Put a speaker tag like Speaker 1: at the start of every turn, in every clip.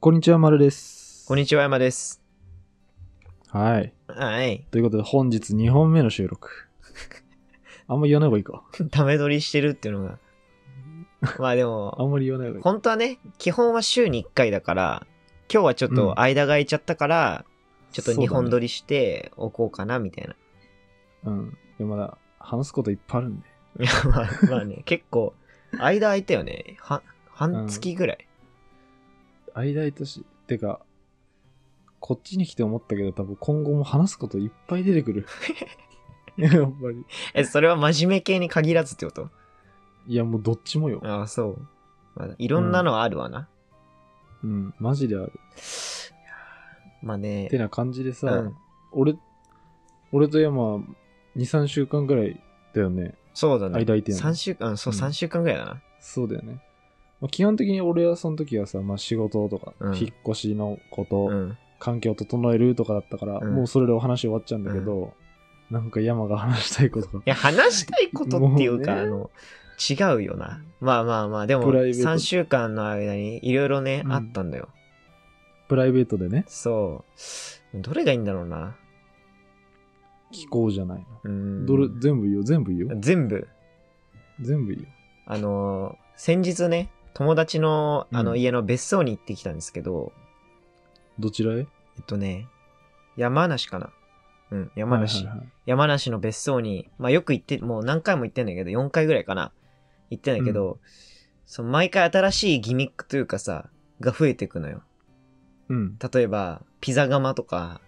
Speaker 1: こんにちは、まるです。
Speaker 2: こんにちは、山です。
Speaker 1: はい。
Speaker 2: はい。
Speaker 1: ということで、本日2本目の収 録。あんま言わない方がいいか。
Speaker 2: ため撮りしてるっていう のが。まあで
Speaker 1: あ
Speaker 2: も、
Speaker 1: んまり言わない方がいい。
Speaker 2: 本当はね、基本は週に1回だから、今日はちょっ
Speaker 1: うん
Speaker 2: と間が空いちゃったから、ちょっと2
Speaker 1: そう
Speaker 2: 本
Speaker 1: だ
Speaker 2: 撮りしておこうかな、みたいな。
Speaker 1: ね。うん。でもまだ、話すこといっぱいあるんで。
Speaker 2: いや、まあ、まあね、結構、間空いたよね。は、半月ぐらい。
Speaker 1: 間いたし、てか、こっちに来て思ったけど、多分今後も話すこといっぱい出てく る。やっぱり。
Speaker 2: え、それは真面目系に限らずってこと
Speaker 1: いや、もうどっちもよ。
Speaker 2: ああ、そう。まあ、いろんなのあるわな。
Speaker 1: うん、マジである。
Speaker 2: まあね
Speaker 1: て。な感じでさ、
Speaker 2: うん
Speaker 1: 俺、俺と山、2、3週間ぐらいだよね。
Speaker 2: そうだね。
Speaker 1: 間空いてんの
Speaker 2: 3週間、うんそう、
Speaker 1: うん
Speaker 2: 3週間ぐらいだな。
Speaker 1: そうだよね。まあ、基本的に俺はその時はさ、まあ、仕事とか、
Speaker 2: うん
Speaker 1: 引っ越しのこと、
Speaker 2: うん。
Speaker 1: 環境を整えるとかだったから、
Speaker 2: うん
Speaker 1: もうそれでお話終わっちゃうんだけど、なんか山が話したいことが
Speaker 2: い。や、話したいことっていうか、
Speaker 1: もう
Speaker 2: あの、違うよな。まあまあまあ、でも、
Speaker 1: プライベート
Speaker 2: 3週間の間にいろいろね、
Speaker 1: うん
Speaker 2: あったんだよ。
Speaker 1: プライベートでね、
Speaker 2: そう。どれがいいんだろうな。
Speaker 1: 聞こうじゃないの。
Speaker 2: うん。
Speaker 1: どれ全部いいよ、全部いいよ。
Speaker 2: 全部。
Speaker 1: 全部いいよ。
Speaker 2: あの、先日ね、友達のあ
Speaker 1: う
Speaker 2: の
Speaker 1: ん
Speaker 2: 家の別荘に行ってきたんですけど、
Speaker 1: どちらへ
Speaker 2: えっとね、山梨かな。うん、山
Speaker 1: は
Speaker 2: 梨。
Speaker 1: いはいはい
Speaker 2: 山梨の別荘に、まあよく行って、もう何回も行ってんだけど、4回ぐらいかな。行ってんだけど、その毎回新しいギミックというかさ、が増えてくのよ。
Speaker 1: うん。
Speaker 2: 例えば、ピザ窯とか、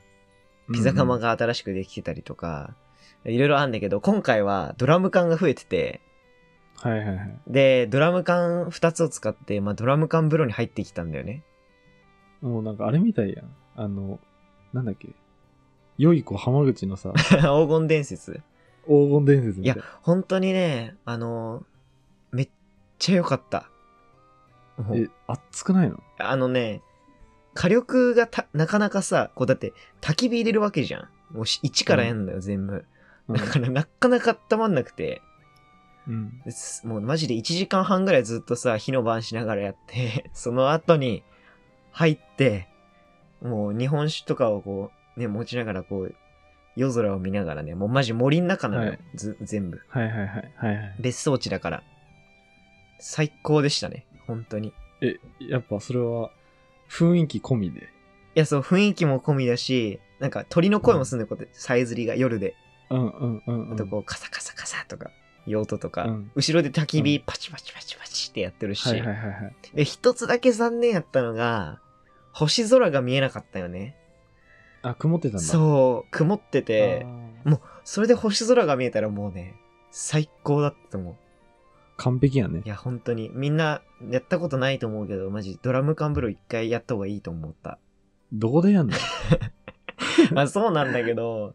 Speaker 2: ピザ窯
Speaker 1: が。
Speaker 2: が新しくできてたりとか、いろいろあるんだけど、今回はドラム缶が増えてて、
Speaker 1: はいはいはい。
Speaker 2: で、ドラム缶2つを使って、まあドラム缶風呂に入ってきたんだよね。
Speaker 1: もうなんかあれみたいやん。あの、なんだっけ。良い子浜口 のさ、
Speaker 2: 黄金伝説。
Speaker 1: 黄金伝説み
Speaker 2: い
Speaker 1: た
Speaker 2: や
Speaker 1: いな。、
Speaker 2: 本当にね、あの、めっちゃ良かった。もう
Speaker 1: え、熱くないの
Speaker 2: あのね、火力がたなかなかさ、こうだって焚き火入れるわけじゃん。もうし一からやんのよ、全部。
Speaker 1: うん
Speaker 2: だ からなかなか温まんなくて、
Speaker 1: うん。
Speaker 2: ですもうマジで1時間半ぐらいずっとさ、火の晩しながらやって、 その後に入って、もう日本酒とかをこう、ね、持ちながらこう、夜空を見ながらね、もうマジ森の中なのよ、
Speaker 1: はい
Speaker 2: ず全部。
Speaker 1: はいはいはい。はいはい。
Speaker 2: 別荘地だから。最高でしたね、本当に。
Speaker 1: え、やっぱそれは雰囲気込みで。
Speaker 2: いや、そう、雰囲気も込みだし、なんか鳥の声もするのこうやって、さえずりが夜で。
Speaker 1: うんうんうん、うん。
Speaker 2: あとこう、カサカサカサとか、いう音とか、
Speaker 1: うん
Speaker 2: 後ろで焚き
Speaker 1: う
Speaker 2: 火パチパチパチパチってやってるし、
Speaker 1: はいはいはいはい。
Speaker 2: で、一つだけ残念やったのが、星空が見えなかったよね。
Speaker 1: あ、曇ってたんだ。う。
Speaker 2: そう、曇ってて、
Speaker 1: ー、
Speaker 2: それで星空が見えたらもうね、最高だったと思
Speaker 1: 完璧やね
Speaker 2: う。い。や、本当に、みんな、やったことないと思うけど、マジ、ドラム缶風呂一回やった方がいいと思った。
Speaker 1: どこでやん ねん
Speaker 2: まあ、そうなんだけど、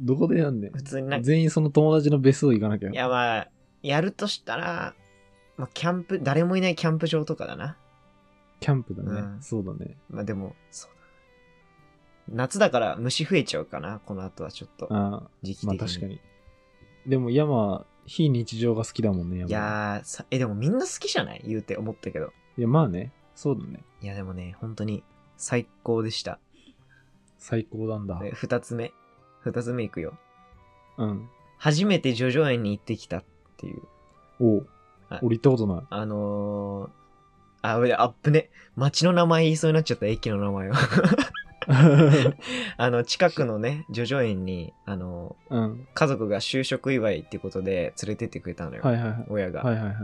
Speaker 1: どこでやんねん
Speaker 2: 普通になんか
Speaker 1: 全員その友達の別荘行かなきゃ。
Speaker 2: いやまあ、やるとしたら、まあ、キャンプ、誰もいないキャンプ場とかだな。
Speaker 1: キャンプだね、
Speaker 2: うん
Speaker 1: そうだね。
Speaker 2: まあでも、そうだな夏だから虫増えちゃうかな、この後はちょっと。
Speaker 1: あ
Speaker 2: 時
Speaker 1: ー
Speaker 2: 期
Speaker 1: まあ
Speaker 2: 的に。
Speaker 1: 確かに。でも山、非日常が好きだもんね、山。
Speaker 2: いやーさ、え、でもみんな好きじゃない言うて思ったけど。
Speaker 1: いやまあね。そうだね。
Speaker 2: いやでもね、本当に最高でした。
Speaker 1: 最高なんだ。
Speaker 2: で二つ目。二つ目いくよ。
Speaker 1: うん。
Speaker 2: 初めて叙々苑に行ってきたっていう。
Speaker 1: おう
Speaker 2: はい
Speaker 1: 俺行ったこと ない。
Speaker 2: あのー、あ、俺、アップね。街の名前言いそうになっちゃった、駅の名前を。 あの、近くのね、叙々苑に、あの、
Speaker 1: うん。
Speaker 2: 家族が就職祝いってことで連れてってくれたのよ。
Speaker 1: はいはいはい。
Speaker 2: 親が、
Speaker 1: はいはいはい。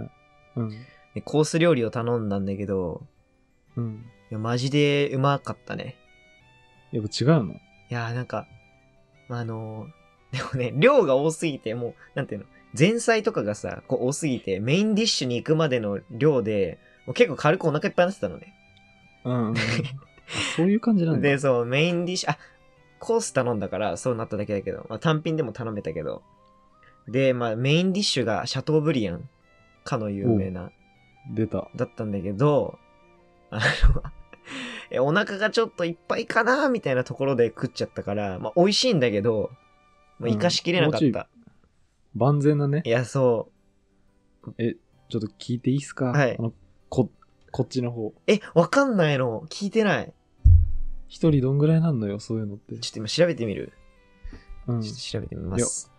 Speaker 1: うん。
Speaker 2: でコース料理を頼んだんだけど、
Speaker 1: うん。
Speaker 2: いや、マジでうまかったね。
Speaker 1: やっぱ違うの
Speaker 2: いやー、なんか、まああのー、でもね、量が多すぎて、もう、なんていうの、前菜とかがさ、こう多すぎて、メインディッシュに行くまでの量で、もう結構軽くお腹いっぱいになってたのね。
Speaker 1: うんうんうん、あそういう感じなんだ。
Speaker 2: で、そう、メインディッシュ、あ、コース頼んだから、そうなっただけだけど、まあ、単品でも頼めたけど。で、まあ、メインディッシュがシャトーブリアンかの有名な、
Speaker 1: 出た。
Speaker 2: だったんだけど、あの、 えお腹がちょっといっぱいかなみたいなところで食っちゃったから、まあ、美味しいんだけど、まあ、
Speaker 1: うん
Speaker 2: 生かしきれなかっ
Speaker 1: もうちょ
Speaker 2: た。
Speaker 1: 万全なね
Speaker 2: い。や、そ
Speaker 1: ちょっと聞いていいっすか、
Speaker 2: はい
Speaker 1: あのここっちの方。
Speaker 2: え、わかんないの聞いてない。
Speaker 1: 一人どんぐらいなんのよ、そういうのって。
Speaker 2: ちょっと今調べてみる、
Speaker 1: うん
Speaker 2: ちょっ。と調べてみます。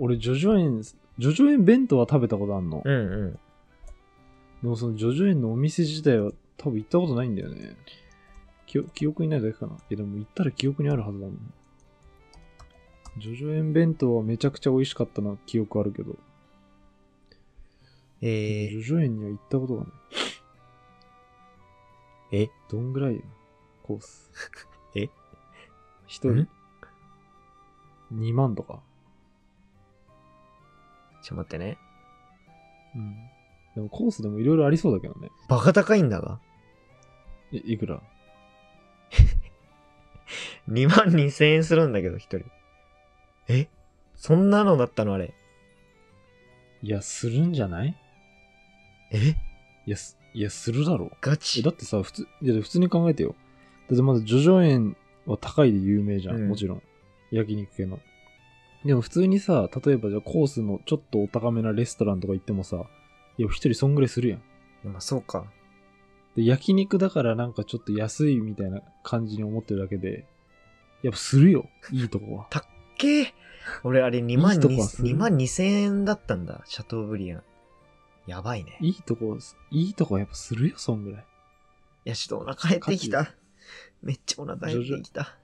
Speaker 1: 俺、ジョジョ園、ジョジョ園弁当は食べたことあんの。
Speaker 2: うんうん。
Speaker 1: でもそのジョジョ園のお店自体は多分行ったことないんだよね。記記憶にないだけかな。え、でも行ったら記憶にあるはずだもん。ジョジョ園弁当はめちゃくちゃ美味しかったな、記憶あるけど。
Speaker 2: え
Speaker 1: ジ
Speaker 2: ー、
Speaker 1: ョジョ園には行ったことがない。
Speaker 2: え
Speaker 1: どんぐらいよコース。
Speaker 2: え
Speaker 1: 一人
Speaker 2: ん
Speaker 1: ?2 万とか。
Speaker 2: ちょっと待ってね。
Speaker 1: うん。でもコースでもいろいろありそうだけどね。
Speaker 2: バカ高いんだが。
Speaker 1: いいくら
Speaker 2: 2万2千円するんだけど、一人。えそんなのだったのあれ。
Speaker 1: いや、するんじゃない
Speaker 2: え
Speaker 1: いや、すいや、するだろう。
Speaker 2: ガ
Speaker 1: え
Speaker 2: チ
Speaker 1: だってさ、普通、いや普通に考えてよ。だってまず、ジョジョ園は高いで有名じゃん、
Speaker 2: うん
Speaker 1: もちろん。焼肉系の。でも普通にさ、例えばじゃあコースのちょっとお高めなレストランとか行ってもさ、いや、一人そんぐらいするやん。
Speaker 2: まあそうか。
Speaker 1: で、焼肉だからなんかちょっと安いみたいな感じに思ってるだけで、やっぱするよ、いいと こは。
Speaker 2: けー俺あれ2万
Speaker 1: いいとこはする
Speaker 2: 2万2千円だったんだ。シャトーブリアン。やばいね。い
Speaker 1: いいとこ、いいとこはやっぱするよ、そんぐらい。
Speaker 2: や、ちょっとお腹減ってき
Speaker 1: ガ
Speaker 2: た。めっちゃお腹減ってきた。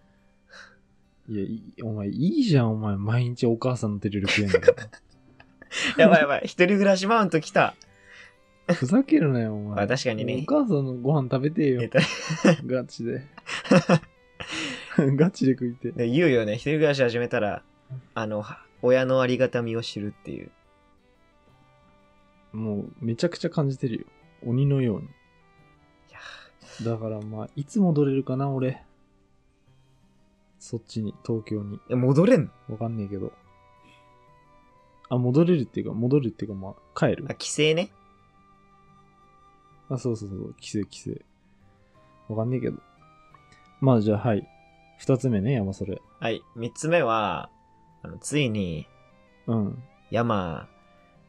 Speaker 1: いや、いいお前、いいじゃん、お前。毎日お母さんの手料理食えんだから。
Speaker 2: やばいやばい。一人暮らしマウント来た。
Speaker 1: ふざけるなよ、お前。
Speaker 2: あ確かにね
Speaker 1: お母さんのご飯食べてえよ
Speaker 2: え。っと
Speaker 1: ガチ で。ガチで食いて。
Speaker 2: で言うよね。一人暮らし始めたら、あの、は親のありがたみを知るっていう。
Speaker 1: もう、めちゃくちゃ感じてるよ。鬼のように。
Speaker 2: いや
Speaker 1: だからまあ、いつ戻れるかな、俺。そっちに、東京に。
Speaker 2: ー、戻れんの
Speaker 1: わかんねえけど。あ、戻れるっていうか、戻るっていうか、まあ、帰る
Speaker 2: あ、。帰省ね。
Speaker 1: あ、そうそうそう、帰省、帰省。わかんねえけど。まあ、じゃあ、はい。二つ目ね、山それ。
Speaker 2: はい。三つ目は、あの、ついに、
Speaker 1: うん。
Speaker 2: 山、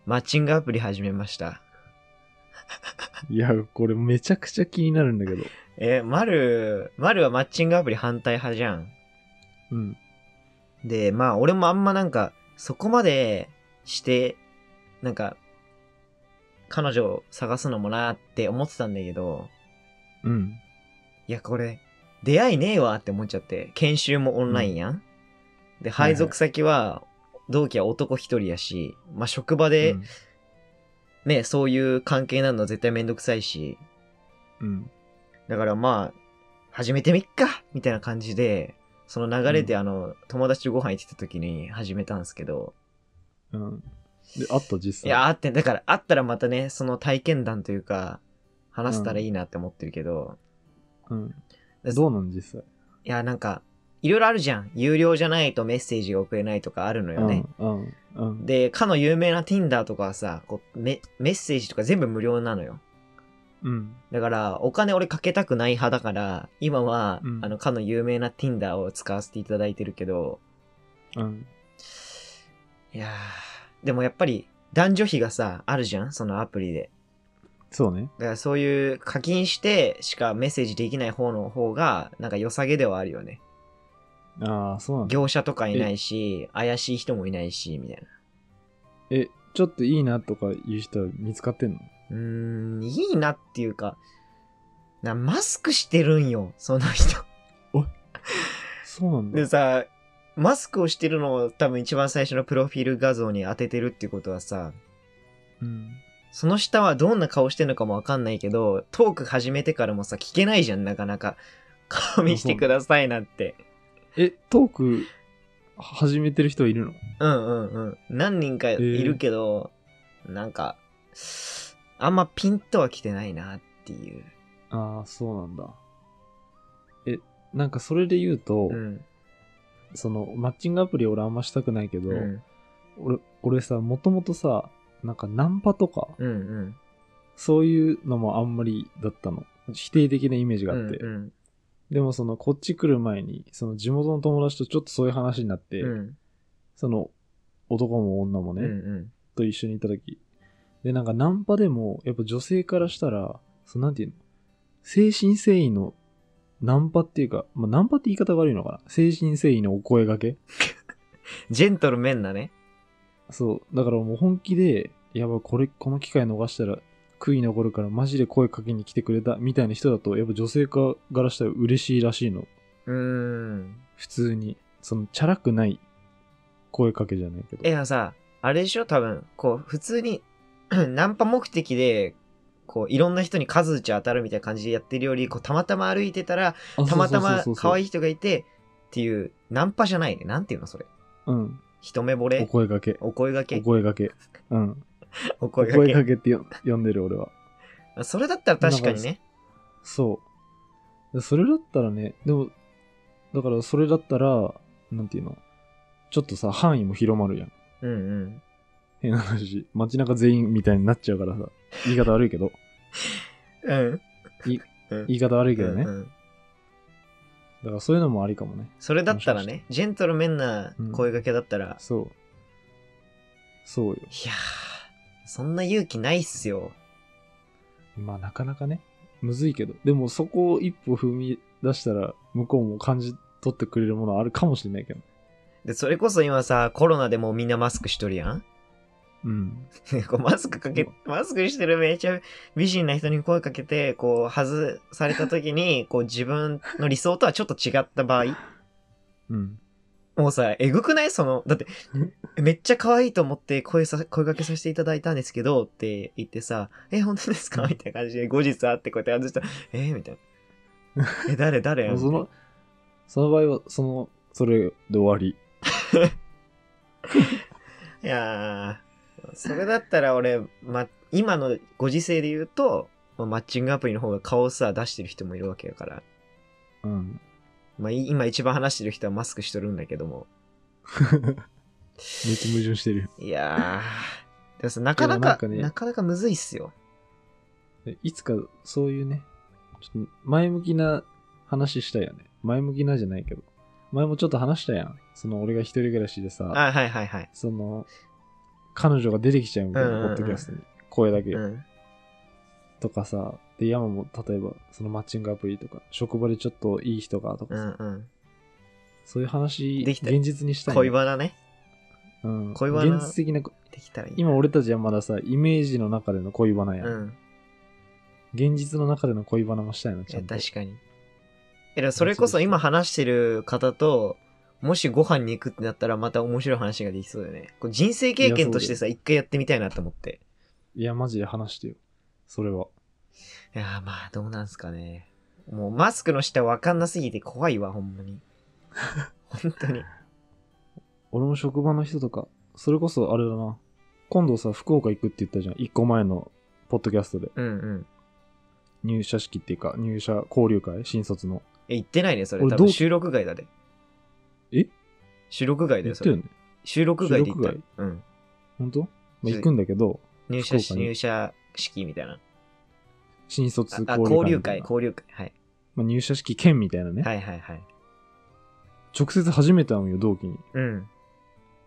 Speaker 2: マッチングアプリ始めました。
Speaker 1: いや、これめちゃくちゃ気になるんだけど。
Speaker 2: え、まる、まるはマッチングアプリ反対派じゃん。
Speaker 1: うん。
Speaker 2: で、まあ、俺もあんまなんか、そこまでして、なんか、彼女を探すのもなーって思ってたんだけど、
Speaker 1: うん。
Speaker 2: いや、これ、出会いねえわって思っちゃって、研修もオンラインやん。で、配属先は、同期は男一人やし、まあ、職場で
Speaker 1: うん、
Speaker 2: ね、そういう関係なのは絶対めんどくさいし、
Speaker 1: うん。
Speaker 2: だからまあ、始めてみっかみたいな感じで、その流れであの、友達とご飯行ってた時に始めたんですけど、
Speaker 1: うん。で、あった、実
Speaker 2: い
Speaker 1: 際。
Speaker 2: や、あって、だから、あったらまたね、その体験談というか、話せたらいいなって思ってるけど、
Speaker 1: うん。
Speaker 2: で
Speaker 1: どうなん実際。
Speaker 2: いや、なんか、いろいろあるじゃん。有料じゃないとメッセージが送れないとかあるのよね。
Speaker 1: うん。うん。うん。
Speaker 2: で、かの有名な Tinder とかはさこうメ、メッセージとか全部無料なのよ。
Speaker 1: うん。
Speaker 2: だから、お金俺かけたくない派だから、今は、
Speaker 1: うん
Speaker 2: あの、かの有名な Tinder を使わせていただいてるけど、
Speaker 1: うん。
Speaker 2: いやー、でもやっぱり、男女比がさ、あるじゃんそのアプリで。
Speaker 1: そうね。
Speaker 2: だからそういう課金してしかメッセージできない方の方がなんか良さげではあるよね。
Speaker 1: ああ、そうなんだ。
Speaker 2: 業者とかいないし、怪しい人もいないし、みたいな。
Speaker 1: え、ちょっといいなとか言う人は見つかってんの
Speaker 2: うーん、いいなっていうか、なマスクしてるんよ、その人。
Speaker 1: そうなんだ
Speaker 2: で。さ、マスクをしてるのを多分一番最初のプロフィール画像に当ててるってことはさ、
Speaker 1: うん。
Speaker 2: その下はどんな顔してんのかもわかんないけど、トーク始めてからもさ、聞けないじゃん、なかなか。顔見してくださいなんて。
Speaker 1: え、トーク始めてる人はいるの
Speaker 2: うんうんうん。何人かいるけど、なんか、あんまピンとは来てないなっていう。
Speaker 1: ああ、そうなんだ。え、なんかそれで言うと、
Speaker 2: うん。
Speaker 1: その、マッチングアプリ俺あんましたくないけど、
Speaker 2: うん
Speaker 1: 俺、俺さ、もともとさ、なんかナンパとか、
Speaker 2: うんうん。
Speaker 1: そういうのもあんまりだったの。否定的なイメージが
Speaker 2: う
Speaker 1: あって。
Speaker 2: んうん
Speaker 1: でもそのこっち来る前にその地元の友達とちょっとそういう話になって、
Speaker 2: うん
Speaker 1: その男も女も
Speaker 2: う
Speaker 1: ね、
Speaker 2: んうん
Speaker 1: と一緒にいた時でなんかナンパでもやっぱ女性からしたらそのなんていうの精神誠意のナンパっていうか、まあ、ナンパって言い方が悪いのかな精神誠意のお声がけ
Speaker 2: ジェントルメンなね。
Speaker 1: そう。だからもう本気で、やばい、これ、この機会逃したら、悔い残るからマジで声かけに来てくれたみたいな人だと、やっぱ女性化からしたら嬉しいらしいの。
Speaker 2: うーん。
Speaker 1: 普通に。その、チャラくない声かけじゃないけど。
Speaker 2: え、あのさ、あれでしょ多分、こう、普通に、 ナンパ目的で、こう、いろんな人に数打ち当たるみたいな感じでやってるより、こう、たまたま歩いてたら、
Speaker 1: あ
Speaker 2: たまたま可愛
Speaker 1: い。
Speaker 2: い人がいて、っていう、ナンパじゃないね。なんていうのそれ。
Speaker 1: うん。
Speaker 2: 一目惚
Speaker 1: お
Speaker 2: れ
Speaker 1: 声がけ。
Speaker 2: お声が
Speaker 1: お
Speaker 2: け
Speaker 1: 声がけ。 うん。
Speaker 2: お
Speaker 1: お
Speaker 2: 声が
Speaker 1: 声
Speaker 2: け
Speaker 1: がけってよ呼んでる俺は。
Speaker 2: それだったら確かにね。
Speaker 1: そう。でそれだったらね、でも、だからそれだったら、なんていうの、ちょっとさ、範囲も広まるやん。
Speaker 2: うんうん。
Speaker 1: 変な話。街中全員みたいになっちゃうからさ。言い方悪いけど。
Speaker 2: うん。
Speaker 1: 言い方悪いけどね。
Speaker 2: う
Speaker 1: だ
Speaker 2: ん
Speaker 1: からそういうのもありかもね。
Speaker 2: それだったらね、ジェントルメンな声がけだったら、い
Speaker 1: そう。そうよ。
Speaker 2: やー、そんな勇気ないっすよ。
Speaker 1: まあなかなかね、むずいけど。でもそこを一歩踏み出したら、向こうも感じ取ってくれるものはあるかもしれないけど。
Speaker 2: で、それこそ今さ、コロナでもうみんなマスクしとるやん
Speaker 1: うん。
Speaker 2: こうマスクかけ、マスクしてるめちゃ美人な人に声かけて、こう、外された時に、こう、自分の理想とはちょっと違った場合、
Speaker 1: うん。
Speaker 2: もうさ、えぐくないその、だって、めっちゃ可愛いと思って声さ、声掛けさせていただいたんですけど、って言ってさ、え、本当ですかみたいな感じで、後日会ってこうやって外したら、えみたいな。え、誰誰
Speaker 1: もう その、その場合は、その、それで終わり。
Speaker 2: いやー、それだったら俺、ま、今のご時世で言うと、まマッチングアプリの方が顔をさ、出してる人もいるわけやから、
Speaker 1: うん。
Speaker 2: まあ、い今一番話してる人はマスクしとるんだけども、
Speaker 1: めっちゃ矛盾してる。
Speaker 2: いや ー、でもさなかなか
Speaker 1: いやなんかね
Speaker 2: なかなかむずいっすよ。
Speaker 1: いつかそういうね、ちょっと前向きな話したよね。前向きなじゃないけど。前もちょっと話したやん。その俺が一人暮らしでさ、
Speaker 2: あ、はいはいはい。
Speaker 1: その、彼女が出てきちゃうみたい
Speaker 2: うんうん
Speaker 1: な、
Speaker 2: う
Speaker 1: ポ
Speaker 2: ん
Speaker 1: ッドキャストに。声だけ
Speaker 2: うん。
Speaker 1: とかさ、で、山も例えば、そのマッチングアプリとか、職場でちょっといい人がとか
Speaker 2: う
Speaker 1: さ、
Speaker 2: んうん。
Speaker 1: そういう話、
Speaker 2: できた
Speaker 1: 現実にしたいね。
Speaker 2: 恋バナね。
Speaker 1: うん。
Speaker 2: 恋バナ
Speaker 1: 現実的な、
Speaker 2: できたらいい。
Speaker 1: 今俺たちはまださ、イメージの中での恋バナやん。
Speaker 2: うん。
Speaker 1: 現実の中での恋バナもしたいな、
Speaker 2: い
Speaker 1: ちゃ
Speaker 2: や、
Speaker 1: んと。
Speaker 2: 確かに。え、でもそれこそ今話してる方と、もしご飯に行くってなったらまた面白い話ができそうだよね。こう人生経験としてさ、一回やってみたいなと思って。
Speaker 1: いや、マジで話してよ。それは。
Speaker 2: いやー、まあ、どうなんすかね。もうマスクの下わかんなすぎて怖いわ、ほんま に。本当に。
Speaker 1: 俺も職場の人とか、それこそあれだな。今度さ、福岡行くって言ったじゃん。一個前のポッドキャストで。
Speaker 2: うんうん。
Speaker 1: 入社式っていうか、入社交流会新卒の。
Speaker 2: え、行ってないね、それ。
Speaker 1: 俺
Speaker 2: 多
Speaker 1: ど
Speaker 2: 分
Speaker 1: う
Speaker 2: 収録外だで。
Speaker 1: え
Speaker 2: 収録外だ
Speaker 1: 言
Speaker 2: よ、
Speaker 1: っ
Speaker 2: そ
Speaker 1: たよ
Speaker 2: れ。
Speaker 1: ね。
Speaker 2: 収録外で行った
Speaker 1: 収録。
Speaker 2: うん。
Speaker 1: 本当まあ
Speaker 2: そう
Speaker 1: 行くんだけど、
Speaker 2: 入社
Speaker 1: 福
Speaker 2: し、
Speaker 1: 岡に
Speaker 2: 入社式みたいな。
Speaker 1: 新卒
Speaker 2: あ、あ
Speaker 1: 交
Speaker 2: 交流
Speaker 1: 流会み
Speaker 2: 会、
Speaker 1: たいな。
Speaker 2: 交流会。はい。
Speaker 1: まあ、入社式兼みたいなね。
Speaker 2: はいはいはい。
Speaker 1: 直接初めて会うんよ、同期に。
Speaker 2: うん。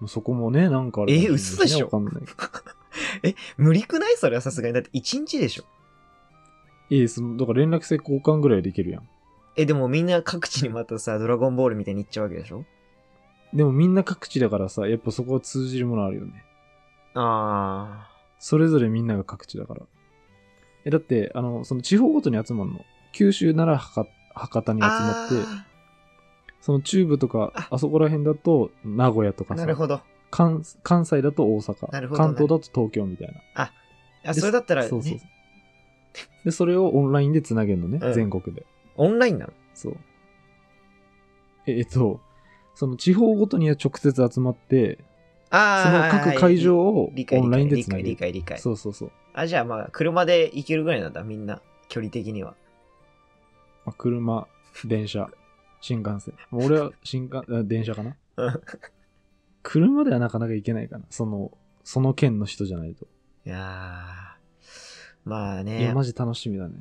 Speaker 1: もうそこもね、なんかあれかもれない、
Speaker 2: え嘘でしょ
Speaker 1: わかんないけど。
Speaker 2: え、無理くないそれはさすがに。だって1日でしょ。
Speaker 1: ええ、その、だから連絡先交換ぐらいできるやん。
Speaker 2: え、でもみんな各地にまたさ、ドラゴンボールみたいに行っちゃうわけでしょ
Speaker 1: でもみんな各地だからさ、やっぱそこは通じるものあるよね。
Speaker 2: あ
Speaker 1: それぞれみんなが各地だから。え、だって、あの、その地方ごとに集まるの。九州なら博博多に
Speaker 2: ー。
Speaker 1: 集まって、
Speaker 2: あ
Speaker 1: その中部とか、あそこら辺だと名古屋と
Speaker 2: ー
Speaker 1: か
Speaker 2: な
Speaker 1: さ
Speaker 2: る、ほど。
Speaker 1: 関関西だと大
Speaker 2: なる
Speaker 1: 阪、
Speaker 2: ほど
Speaker 1: 関東だと東京みたいな。
Speaker 2: あ、
Speaker 1: で
Speaker 2: それだったら、ね、
Speaker 1: そうそうそう。で、それをオンラインでつなげるのね、
Speaker 2: うん
Speaker 1: 全国で。
Speaker 2: オンラインなの
Speaker 1: そう。え、えっと、その地方ごとには直接集まって、その
Speaker 2: ああ。
Speaker 1: 各会場
Speaker 2: を
Speaker 1: を
Speaker 2: 理解
Speaker 1: オ
Speaker 2: 理
Speaker 1: ンライ
Speaker 2: 解
Speaker 1: ンで
Speaker 2: 理
Speaker 1: つな
Speaker 2: 解
Speaker 1: げ
Speaker 2: 理
Speaker 1: る。
Speaker 2: 解理解。
Speaker 1: そうそうそう。
Speaker 2: あ、じゃあまあ、車で行けるぐらいなんだ、みんな。距離的には。
Speaker 1: まあ、車、電車、新幹線。もう俺は新幹、あ電車かな
Speaker 2: うん
Speaker 1: 車ではなかなか行けないかな。その、その県の人じゃないと。
Speaker 2: いやー。まあ
Speaker 1: いや、
Speaker 2: ね。
Speaker 1: マジ楽しみだね。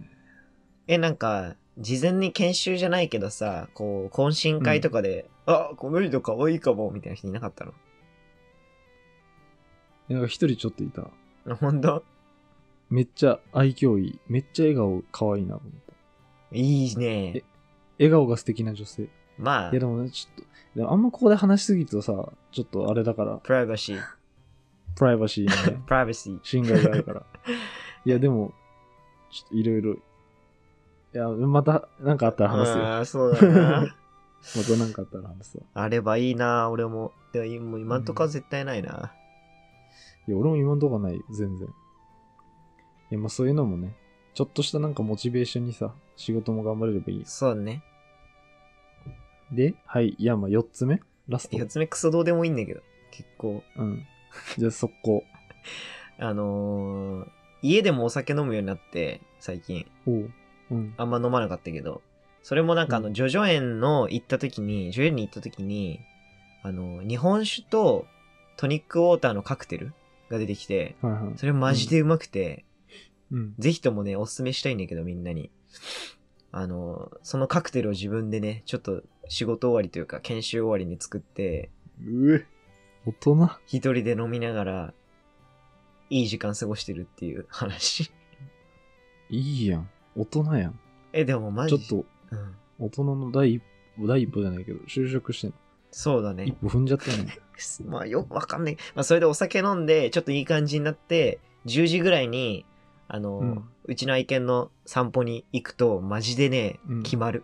Speaker 2: え、なんか、事前に研修じゃないけどさ、こう、懇親会とかで、あ、この人可愛いかも、みたいな人いなかったの
Speaker 1: なんか一人ちょっといた。
Speaker 2: ほんと
Speaker 1: めっちゃ愛嬌いい。めっちゃ笑顔可愛いなと思った。
Speaker 2: いいね。
Speaker 1: 笑顔が素敵な女性。い
Speaker 2: まあ
Speaker 1: や、でもね、ちょっと、でもあんまここで話しすぎるとさ、ちょっとあれだから、
Speaker 2: プライバシー。
Speaker 1: プライバシー のね
Speaker 2: プライバシー。
Speaker 1: 侵害があるから。いや、でも、ちょっといろいろ、いや、また、なんかあったら話すよ。ま
Speaker 2: ああ、そうだな。
Speaker 1: たなんかあったら話すわ。
Speaker 2: あればいいな、俺も。でも今今んとこは絶対ないな。
Speaker 1: いや、俺も今んとこない、全然。いや、まあそういうのもね、ちょっとしたなんかモチベーションにさ、仕事も頑張れればいい。
Speaker 2: そうだね。
Speaker 1: で、はい、いや、まあ4つ目ラスト
Speaker 2: 四。つ目クソどうでもいいんだけど。結構。
Speaker 1: うん。じゃあ速攻。
Speaker 2: あのー家でもお酒飲むようになって、最近。
Speaker 1: おう。うん。
Speaker 2: あんま飲まなかったけど。それもなんかあの、
Speaker 1: う
Speaker 2: ジョジョ園の行った時に、ジョジョ園に行った時に、あの、日本酒とトニックウォーターのカクテルが出てきて、
Speaker 1: はいはい。
Speaker 2: それマジでうまくて、
Speaker 1: うん。
Speaker 2: ぜひともね、おすすめしたいんだけど、みんなに。あの、そのカクテルを自分でね、ちょっと仕事終わりというか、研修終わりに作って、
Speaker 1: うえ。大人。
Speaker 2: 一人で飲みながら、いい時間過ごしてるっていう話。
Speaker 1: いいやん。大人やん。
Speaker 2: え、でもマ
Speaker 1: ちょ
Speaker 2: ジ
Speaker 1: っと、
Speaker 2: うん。
Speaker 1: 大人の第一歩、第一歩じゃないけど、就職してんの
Speaker 2: そうだね。
Speaker 1: 一歩踏んじゃったよ ね。
Speaker 2: まあよくわかんない。まあそれでお酒飲んで、ちょっといい感じになって、10時ぐらいに、あの、う
Speaker 1: うん
Speaker 2: ちの愛犬の散歩に行くと、マジでね、
Speaker 1: うん
Speaker 2: 決まる。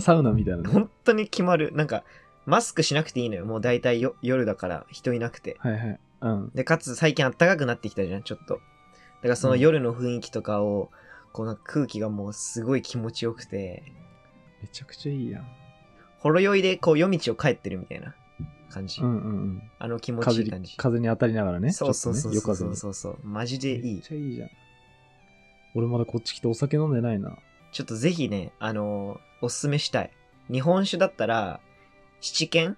Speaker 1: サウナみたいなね。
Speaker 2: 本当に決まる。なんか、マスクしなくていいのよ。もう大体よ夜だから、人いなくて。
Speaker 1: はいはい。うん。
Speaker 2: で、かつ最近暖かくなってきたじゃん、ちょっと。だからその夜の雰囲気とかを、こうなんか空気がもうすごい気持ちよくて、
Speaker 1: めちゃくちゃいいやん。
Speaker 2: ほろ酔いでこう夜道を帰ってるみたいな感じ。
Speaker 1: うんうん
Speaker 2: あの気
Speaker 1: うん。
Speaker 2: 持ち
Speaker 1: 風
Speaker 2: いい
Speaker 1: に
Speaker 2: 感じ。
Speaker 1: 風に当たりながらね。
Speaker 2: そうそうそう
Speaker 1: ちょっ
Speaker 2: そう
Speaker 1: とね
Speaker 2: そ
Speaker 1: 夜
Speaker 2: う
Speaker 1: 風
Speaker 2: そうそうマジで
Speaker 1: に。め
Speaker 2: い
Speaker 1: っ
Speaker 2: い
Speaker 1: ちゃいいじゃん。俺まだこっち来てお酒飲んでないな。
Speaker 2: ちょっとぜひねあのーおすすめしたい日本酒だったら七軒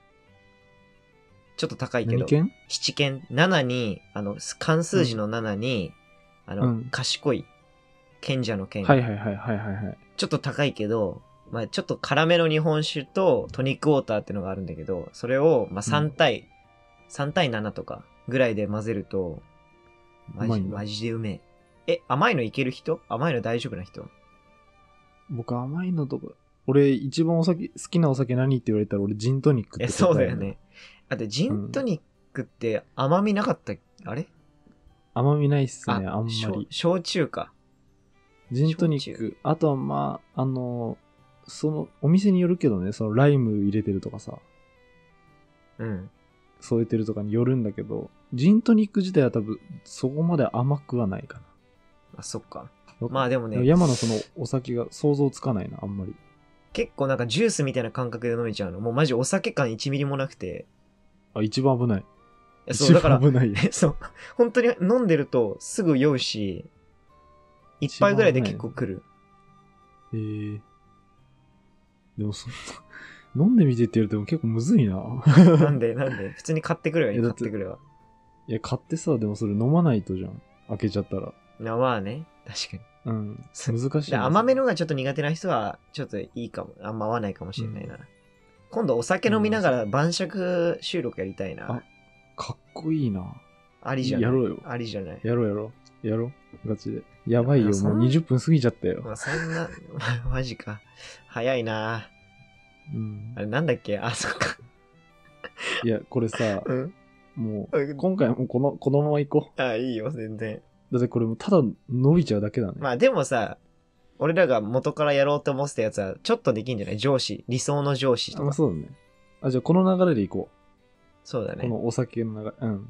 Speaker 2: ちょっと高いけ
Speaker 1: 何
Speaker 2: ど
Speaker 1: 軒
Speaker 2: 七軒7にあの漢数字の7に、あの、
Speaker 1: うん
Speaker 2: 賢い賢者の賢、
Speaker 1: はいはいはいはいはいはい。
Speaker 2: ちょっと高いけどまあ、ちょっと辛めの日本酒とトニックウォーターってのがあるんだけど、それをまあ3対、3対7とかぐらいで混ぜると、マ
Speaker 1: うまい
Speaker 2: ジ
Speaker 1: んだ
Speaker 2: マジでうめえ。え、甘いのいける人甘いの大丈夫な人
Speaker 1: 僕甘いのとか。俺一番お酒、好きなお酒何って言われたら俺ジントニックって答え
Speaker 2: え、
Speaker 1: る
Speaker 2: そうだよね。。だってジントニックって甘みなかった、あれ
Speaker 1: 甘みないっすね、
Speaker 2: あ
Speaker 1: あん
Speaker 2: し
Speaker 1: ま
Speaker 2: ょ
Speaker 1: り。
Speaker 2: 焼酎か。
Speaker 1: ジントニック。あとはまあ、あの、その、お店によるけどね、そのライム入れてるとかさ、
Speaker 2: うん。
Speaker 1: 添えてるとかによるんだけど、ジントニック自体は多分、そこまで甘くはないか
Speaker 2: あ、そっか。
Speaker 1: な。
Speaker 2: まあでもね、
Speaker 1: 山のそのお酒が想像つかないな、あんまり。
Speaker 2: 結構なんかジュースみたいな感覚で飲めちゃうの。もうマジお酒感1ミリもなくて。
Speaker 1: あ、一番危ない。
Speaker 2: いやそ
Speaker 1: 一
Speaker 2: う、だから
Speaker 1: 番、危ないよ。
Speaker 2: そう、本当に飲んでるとすぐ酔うし、一杯ぐらいで結構来る。
Speaker 1: えー、でもそんな、飲んでみてって言われても結構むずいな。
Speaker 2: なんで、なんで、普通に買ってくればいい、
Speaker 1: いや
Speaker 2: 買
Speaker 1: だ
Speaker 2: っ
Speaker 1: って
Speaker 2: てくれば。
Speaker 1: いや、買ってさ、でもそれ飲まないとじゃん。開けちゃったら。
Speaker 2: なまあね、確かに。
Speaker 1: うん。
Speaker 2: そう
Speaker 1: 難しい
Speaker 2: で
Speaker 1: な。
Speaker 2: 甘めのがちょっと苦手な人は、ちょっといいかも。あんま合わないかもしれないな。今度お酒飲みながら晩酌収録やりたいな。
Speaker 1: かっこいいな。
Speaker 2: ありじゃない。
Speaker 1: やろうよ
Speaker 2: ありじゃない。
Speaker 1: やろうやろう。やろう。ガチで。やばいよ。も
Speaker 2: いやそん
Speaker 1: う20分過ぎちゃった
Speaker 2: ま
Speaker 1: よ。
Speaker 2: あそんな、 まマジか。早いな。
Speaker 1: うん
Speaker 2: あ。れなんだっけあ、そっか。
Speaker 1: いや、これさ、
Speaker 2: うん。
Speaker 1: もう、今回もこの、このまま行こ
Speaker 2: あ、いいよ、全然。
Speaker 1: う。だってこれもうただ伸びちゃうだけだね。
Speaker 2: まあでもさ、俺らが元からやろうと思ってたやつは、ちょっとできんじゃない上司。理想の上司
Speaker 1: あ
Speaker 2: と
Speaker 1: まあ
Speaker 2: か。
Speaker 1: そうだね。あ、じゃあこの流れで行こ
Speaker 2: そうだ
Speaker 1: う。
Speaker 2: ね
Speaker 1: こ。のお酒の流れ。うん。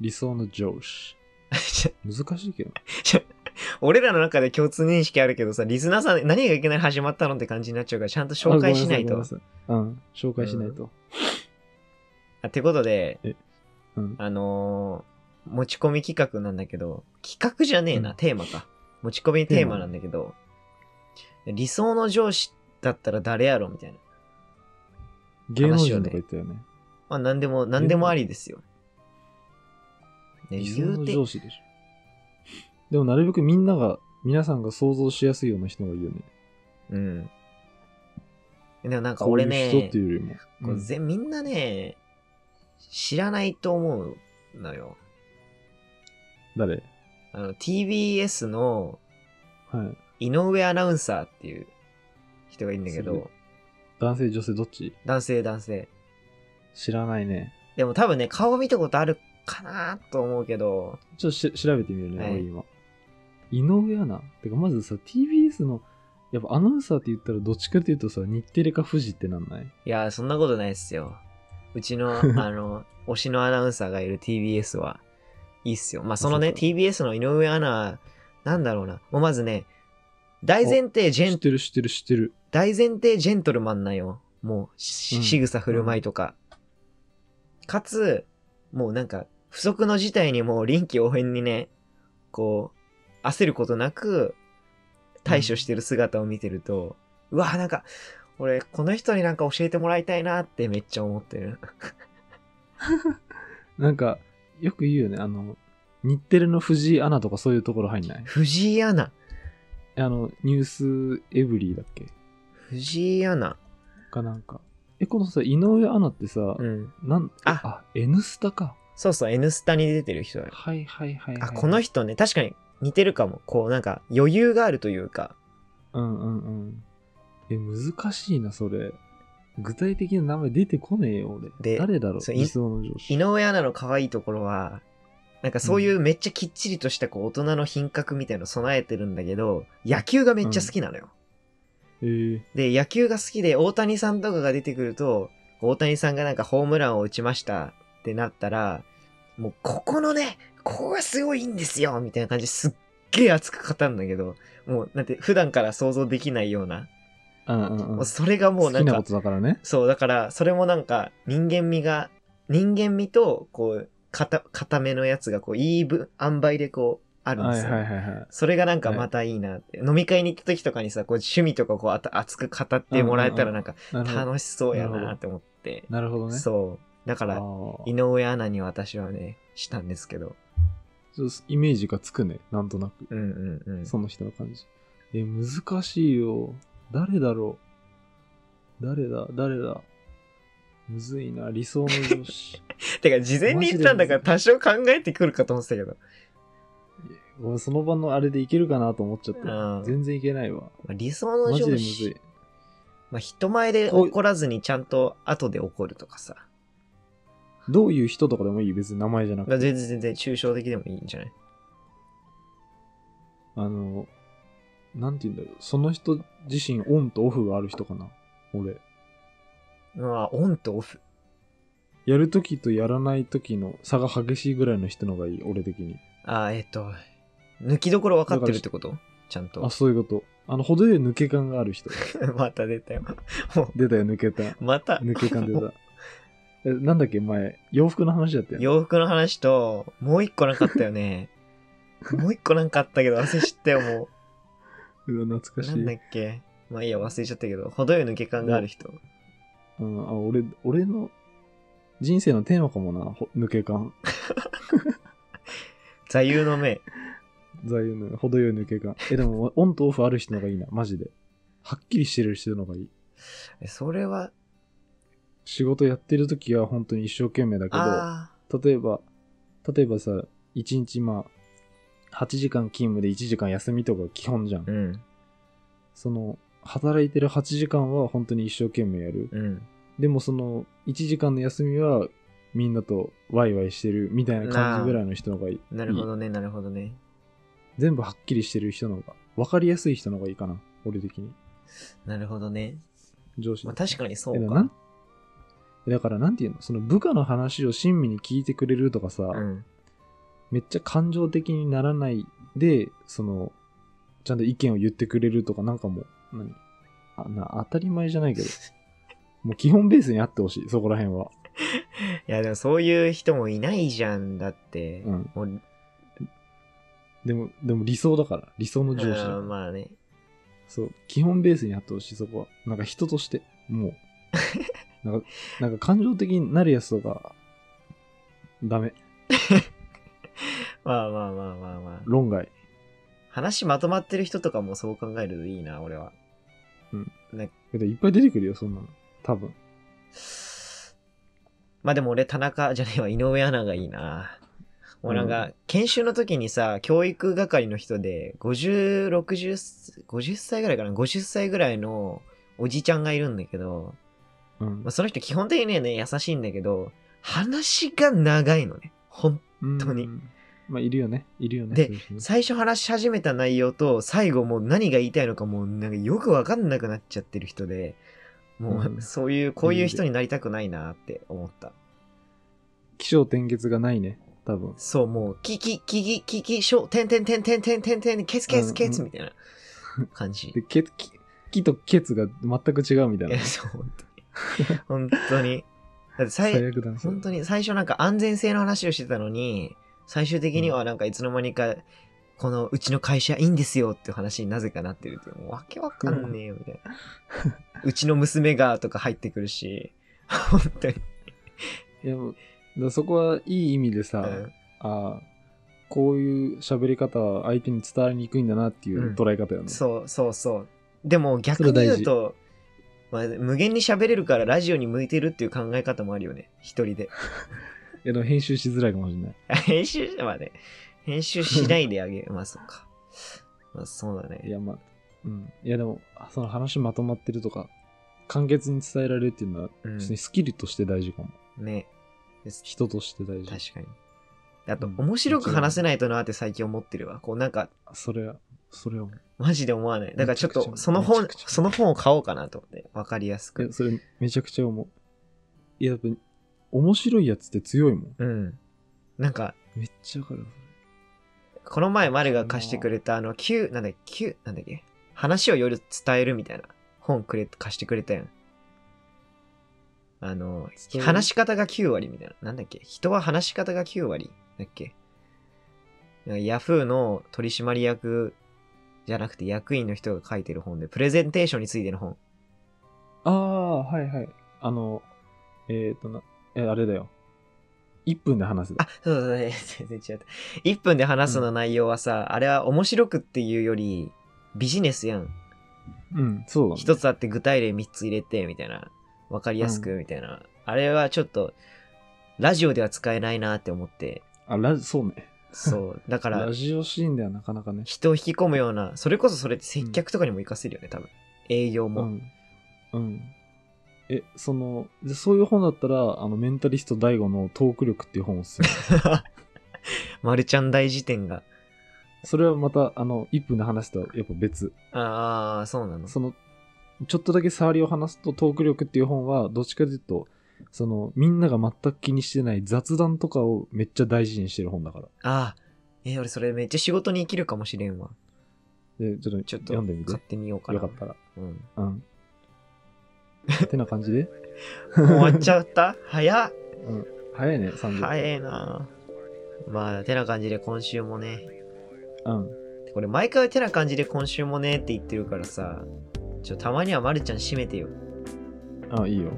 Speaker 1: 理想の上司。
Speaker 2: ちょ
Speaker 1: 難しいけど。
Speaker 2: 俺らの中で共通認識あるけどさ、リスナーさん何がいきなり始まったのって感じになっちゃうから、ちゃんと紹介しない
Speaker 1: あごめん
Speaker 2: と。
Speaker 1: さごめんなさいうん。紹介しないと。
Speaker 2: あってことで、
Speaker 1: うん。
Speaker 2: あのー持ち込み企画なんだけど、企画じゃねえな、
Speaker 1: うん
Speaker 2: テーマか。持ち込みテーマなんだけど、理想の上司だったら誰やろみたいな。
Speaker 1: 芸能人とか言ったよね。
Speaker 2: まあ何でも、何でもありですよ。ね、
Speaker 1: 理想
Speaker 2: 言
Speaker 1: の
Speaker 2: うて、
Speaker 1: 上司でしょ。でもなるべくみんなが、皆さんが想像しやすいような人がいいよね。
Speaker 2: うん。でもなんか
Speaker 1: こうい
Speaker 2: 俺
Speaker 1: う
Speaker 2: ね、
Speaker 1: 人っていうよりも。
Speaker 2: こ
Speaker 1: う
Speaker 2: うんぜみんなね、知らないと思うのよ。
Speaker 1: 誰
Speaker 2: あの、TBS の
Speaker 1: はい。
Speaker 2: 井上アナウンサーっていう人がいるんだけ
Speaker 1: すごい
Speaker 2: ど、
Speaker 1: 男性、女性、どっち
Speaker 2: 男性男性。
Speaker 1: 知らないね。
Speaker 2: でも多分ね、顔見たことあるかなと思うけど、
Speaker 1: ちょっとし調べてみるね、
Speaker 2: は
Speaker 1: 俺
Speaker 2: い
Speaker 1: 今。井上アナてか、まずさ、TBS の、やっぱアナウンサーって言ったら、どっちかっていうとさ、日テレか富士ってなんない
Speaker 2: いやー、そんなことないっすよ。う ちの、あの、推しのアナウンサーがいる TBS は、いいっすよ。まあ、そのね、
Speaker 1: あそ
Speaker 2: TBS の井上アナ、なんだろうな。もうまずね、大前提ジェ
Speaker 1: 知っ
Speaker 2: ン、
Speaker 1: てる知ってる知ってる。
Speaker 2: 大前提ジェントルマンなんよ。もう、し
Speaker 1: うん
Speaker 2: 仕草振る舞いとか。かつ、もうなんか、不測の事態にもう臨機応変にね、こう、焦ることなく、対処してる姿を見てると、うわ、なんか、俺、この人になんか教えてもらいたいなってめっちゃ思ってる。
Speaker 1: なんか、よく言うよね、あの、日テレの藤井アナとかそういうところ入んない
Speaker 2: 藤井アナ。
Speaker 1: あの、ニュースエブリーだっけ
Speaker 2: 藤井アナ。
Speaker 1: かなんか。え、このさ、井上アナってさ、
Speaker 2: うん。
Speaker 1: なん、
Speaker 2: あ
Speaker 1: あ、N スタか。
Speaker 2: そうそう、N スタに出てる人だよ。
Speaker 1: はいはいはい、はい。
Speaker 2: あ、この
Speaker 1: 人。
Speaker 2: 人ね、確かに似てるかも。こう、なんか余裕があるというか。
Speaker 1: うんうんうん。え、難しいな、それ。具体的な名前出てこねえよ、俺。
Speaker 2: で
Speaker 1: 誰だろう
Speaker 2: そうい
Speaker 1: 理想の上司。
Speaker 2: 井上アナの可愛いところは、なんかそういうめっちゃきっちりとしたこう大人の品格みたいの備えてるんだけど、野球がめっちゃ好きなのよ。
Speaker 1: えー、
Speaker 2: で、野球が好きで大谷さんとかが出てくると、大谷さんがなんかホームランを打ちましたってなったら、もうここのね、ここがすごいいいんですよみたいな感じですっげえ熱く語るんだけど、もうなんて普段から想像できないような、
Speaker 1: うんうんうん。
Speaker 2: もうそれがもう
Speaker 1: 好
Speaker 2: な
Speaker 1: き
Speaker 2: ん
Speaker 1: な
Speaker 2: か
Speaker 1: ことだからね。
Speaker 2: そう、だから、それもなんか、人間味が、人間味と、こう、かた、固めのやつが、こう、いいぶ、塩梅でこう、あるん
Speaker 1: は
Speaker 2: で
Speaker 1: い
Speaker 2: すよ。
Speaker 1: はいはいはい。
Speaker 2: それがなんかまたいいなって、飲み会に行った時とかにさ、こう、趣味とかこう、あた熱く語ってもらえたら、なんか、
Speaker 1: なるほど。
Speaker 2: 楽しそうやなって思って。
Speaker 1: なるほどね。
Speaker 2: そう。だか
Speaker 1: あ
Speaker 2: ら、
Speaker 1: ー
Speaker 2: 井上アナに私はね、したんですけど。
Speaker 1: ちょっとイメージがつくね、なんとなく。
Speaker 2: うんうんうん。
Speaker 1: その人の感じ。え、難しいよ。誰だろう誰だ誰だむずいな、理想の上 司。
Speaker 2: てか、事前に言ったんだから、多少考えてくるかと思ってたけど。
Speaker 1: 俺、その場のあれでいけるかなと思っちゃって
Speaker 2: うん。
Speaker 1: 全然いけないわ。
Speaker 2: まあ理想の
Speaker 1: マジで
Speaker 2: 上
Speaker 1: む
Speaker 2: 司
Speaker 1: ずい。
Speaker 2: まあ、人前で怒らずにちゃんと後で怒るとかさ。
Speaker 1: どういう人とかでもいい別に名前じゃな
Speaker 2: まあ
Speaker 1: くて。
Speaker 2: 全然全然抽象的でもいいんじゃない
Speaker 1: あの、なんて言うんだろう。その人自身オンとオフがある人かな。俺。
Speaker 2: まあ、オンとオフ。
Speaker 1: やるときとやらないときの差が激しいぐらいの人のがいい、俺的に。
Speaker 2: ああ、えっ、と、抜きどころ分かってるってことちゃんと
Speaker 1: あ、。そういうこと。あの、程よい抜け感がある人。
Speaker 2: また出たよ。
Speaker 1: 出たよ、抜けた。
Speaker 2: また、
Speaker 1: 抜け感出 た。え、なんだっけ、前、洋服の話だったよね。
Speaker 2: 洋服の話と、もう一個なんかあったよね。 もう一個なんかあったけど、忘れちゃったよ、も
Speaker 1: うわ、
Speaker 2: う。
Speaker 1: 懐か
Speaker 2: な
Speaker 1: し
Speaker 2: んだっ
Speaker 1: い。
Speaker 2: け。まあいいや、忘れちゃったけど、程よい抜け感がある人。
Speaker 1: うん、あ、俺、俺の人生のテーマかもな、ほ抜け感。
Speaker 2: 座右の銘。
Speaker 1: 座右の程よい抜け感。え、でも、オンとオフある人のがいいな、マジで。はっきりしてる人のがいい。
Speaker 2: えそれは、
Speaker 1: 仕事やってる時は本当に一生懸命だけど、
Speaker 2: あ
Speaker 1: 例えば、例えばさ、1日まあ、8時間勤務で1時間休みとか基本じゃん
Speaker 2: あ、う。ん、
Speaker 1: その、働いてる8時間は本当に一生懸命やる。
Speaker 2: うん。
Speaker 1: でもその1時間の休みはみんなとワイワイしてるみたいな感じぐらいの人の方がいい。
Speaker 2: なるほどね、なるほどね。
Speaker 1: 全部はっきりしてる人の方が、分かりやすい人の方がいいかな。俺的に。
Speaker 2: なるほどね。
Speaker 1: 上司の
Speaker 2: まあ、確かにそ
Speaker 1: え
Speaker 2: う
Speaker 1: だ
Speaker 2: か。
Speaker 1: なんだからなんていうのその部下の話を親身に聞いてくれるとかさ、
Speaker 2: うん。
Speaker 1: めっちゃ感情的にならないで、その、ちゃんと意見を言ってくれるとかなんかもう、何あな当たり前じゃない けど、もう基本ベースにあってほしい、そこら辺は。
Speaker 2: いや、でもそういう人もいないじゃんだって。
Speaker 1: うん。
Speaker 2: もう
Speaker 1: でも、でも理想だから、理想の上司だから
Speaker 2: うんまあね。
Speaker 1: そう、基本ベースにあってほしい、そこは。なんか人として、 もう。なんか、なんか感情的になるやつとか、ダメ。
Speaker 2: まあまあまあまあまあ。
Speaker 1: 論外。
Speaker 2: 話まとまってる人とかもそう考えるといいな、俺は。
Speaker 1: けどいっぱい出てくるよ、そんなの。多分。
Speaker 2: まあでも俺、田中じゃねえわ、井上アナがいいな。もうなんか、研修の時にさ、教育係の人で、50、60、50歳ぐらいかな、50歳ぐらいのおじちゃんがいるんだけど、
Speaker 1: うん
Speaker 2: まあ、その人基本的にはね、優しいんだけど、話が長いのね。ほん、
Speaker 1: 本
Speaker 2: 当に
Speaker 1: まあ、いるよね。いるよね。
Speaker 2: で
Speaker 1: そういう人ね
Speaker 2: 最初話し始めた内容と、最後もう何が言いたいのかもうなんかよくわかんなくなっちゃってる人で、も
Speaker 1: う
Speaker 2: う、
Speaker 1: ん
Speaker 2: そういう、こういう人になりたくないなって思った。
Speaker 1: 起承転結がないね。多分。
Speaker 2: そう、もう、キキ、キキ、キキ、ショ、てんてんてんてんてんてんてん、ケツケツケツ
Speaker 1: うん
Speaker 2: みたいな感じ。
Speaker 1: で、ケツ、キキとケツが全く違うみたい
Speaker 2: い
Speaker 1: な
Speaker 2: や、。そう、本当に。本当に。だって
Speaker 1: 最
Speaker 2: 最、
Speaker 1: 悪だね。それ
Speaker 2: 本当に最初なんか安全性の話をしてたのに、最終的にはなんかいつの間にか、このうちの会社いいんですよっていう話になぜかなってるっていう、もうわけわかんねえよみたいな。うちの娘がとか入ってくるし、本当に。
Speaker 1: いや、もうだからそこはいい意味でさ、
Speaker 2: うん
Speaker 1: ああ、こういう喋り方は相手に伝わりにくいんだなっていう捉え方よね。
Speaker 2: そうそうそう。でも逆に言うと、まあ、無限に喋れるからラジオに向いてるっていう考え方もあるよね。一人で。
Speaker 1: いやでも編集しづらいかもしれない。
Speaker 2: 編集し、まあね、編集しないであげ、まあそ うか。まあそうだ
Speaker 1: い
Speaker 2: ね。
Speaker 1: や、まあ、うん。いや、でも、あその話まとまってるとか、簡潔に伝えられるっていうのは、
Speaker 2: うん
Speaker 1: 普通にスキルとして大事かも。
Speaker 2: ね。です
Speaker 1: 人として大事。
Speaker 2: 確かに。あと、
Speaker 1: うん
Speaker 2: 面白く話せないとなって最近思ってるわ。こうなんか、
Speaker 1: それは、それはもう
Speaker 2: マジで思わない。だからちょっ
Speaker 1: めちゃ
Speaker 2: と、
Speaker 1: くちゃ
Speaker 2: その本
Speaker 1: めちゃくち、ゃ
Speaker 2: その本を買おうかなと思って。わかりやす
Speaker 1: い
Speaker 2: く
Speaker 1: や、。それめちゃくちゃ思う。いや、やっぱ、面白いやつって強いもん。
Speaker 2: うん。なんか、
Speaker 1: めっちゃわかる。
Speaker 2: この前、丸が貸してくれた、あの、Q、なんだっけ、Q、なんだっけ、話を夜伝えるみたいな本くれ、貸してくれたやん。あの
Speaker 1: そ、う
Speaker 2: 話し方が9割みたいな。なんだっけ、人は話し方が9割だっけ。なんかヤフーの取締役じゃなくて役員の人が書いてる本で、プレゼンテーションについての本。
Speaker 1: ああ、はいはい。あの、えっ、とな、え、あれだよ。1分で話せた。
Speaker 2: あ、そうだね。全然違った。1分で話すの内容はさ、あれは面白くっていうより、ビジネスやん。
Speaker 1: うん、そうだ、ね。
Speaker 2: 一つあって具体例三つ入れてみたいなわかりやすくみたいな、あれはちょっとラジオでは使えないなって思って
Speaker 1: あ、ラジ、そうね。
Speaker 2: そうだから
Speaker 1: ラジオシーンではなかなかね。
Speaker 2: 人を引き込むようなそれこそそれって接客とかにも活かせるよね多分営業
Speaker 1: う
Speaker 2: も、
Speaker 1: ん。うん。え、その、でそういう本だったら、あの、メンタリスト大悟のトーク力っていう本をすめ
Speaker 2: マルちゃん大辞典が
Speaker 1: それはまた、あの、1分で話すとやっぱ別。
Speaker 2: ああそうなの
Speaker 1: その、ちょっとだけ触りを話すとトーク力っていう本は、どっちかというと、その、みんなが全く気にしてない雑談とかをめっちゃ大事にしてる本だから。
Speaker 2: ああえー俺それめっちゃ仕事に生きるかもしれんわ
Speaker 1: で、ちょっと
Speaker 2: ちょっと
Speaker 1: 読んでみて。
Speaker 2: 買
Speaker 1: よ
Speaker 2: ってみようかな
Speaker 1: かったら。
Speaker 2: うん、
Speaker 1: うん。てな感じ で。
Speaker 2: 終わっちゃった早っ
Speaker 1: うん。早いね、30分。
Speaker 2: 早いなまあてな感じで今週もね
Speaker 1: うん。
Speaker 2: これ毎回てな感じで今週もねって言ってるからさちょたまにはまるちゃん閉めてよ
Speaker 1: あ、いいよ。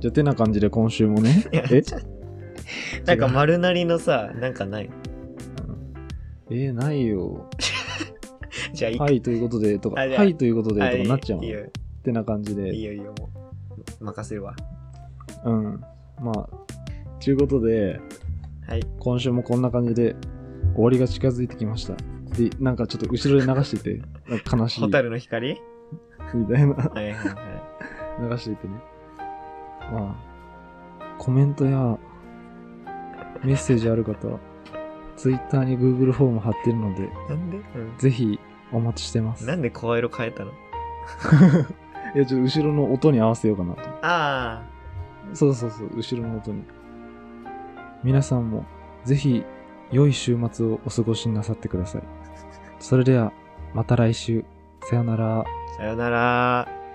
Speaker 1: じゃあ、てな感じで今週もね。
Speaker 2: いや
Speaker 1: え
Speaker 2: ちょなんか丸なりのさなんかない
Speaker 1: えー、ないよ。
Speaker 2: じゃあいい
Speaker 1: はい、ということで、とか、
Speaker 2: あじゃあ
Speaker 1: はい、ということで、
Speaker 2: あ
Speaker 1: とかなっちゃうも
Speaker 2: い
Speaker 1: ん
Speaker 2: い
Speaker 1: っ
Speaker 2: よ
Speaker 1: てな感じ
Speaker 2: いい
Speaker 1: で。
Speaker 2: よいいよもう任せるわ
Speaker 1: うん。まあ、ということで、
Speaker 2: はい
Speaker 1: 今週もこんな感じで、終わりが近づいてきました。で、なんかちょっと後ろで流してて、なんか悲しい
Speaker 2: ホタルの光
Speaker 1: みたいな、
Speaker 2: はいはいは
Speaker 1: 流しててね。まあ、コメントや、メッセージある方は、Twitter に Google フォーム貼ってるので、
Speaker 2: いなんで、う
Speaker 1: ぜひお待ちしてます。
Speaker 2: ん、なんで声色変えたの
Speaker 1: いや、ちょっと後ろの音に合わせようかなと。
Speaker 2: あ
Speaker 1: そうそうそう、後ろの音に。皆さんも、ぜひ、良い週末をお過ごしなさってください。それでは、また来週。さよなら。
Speaker 2: あさよなら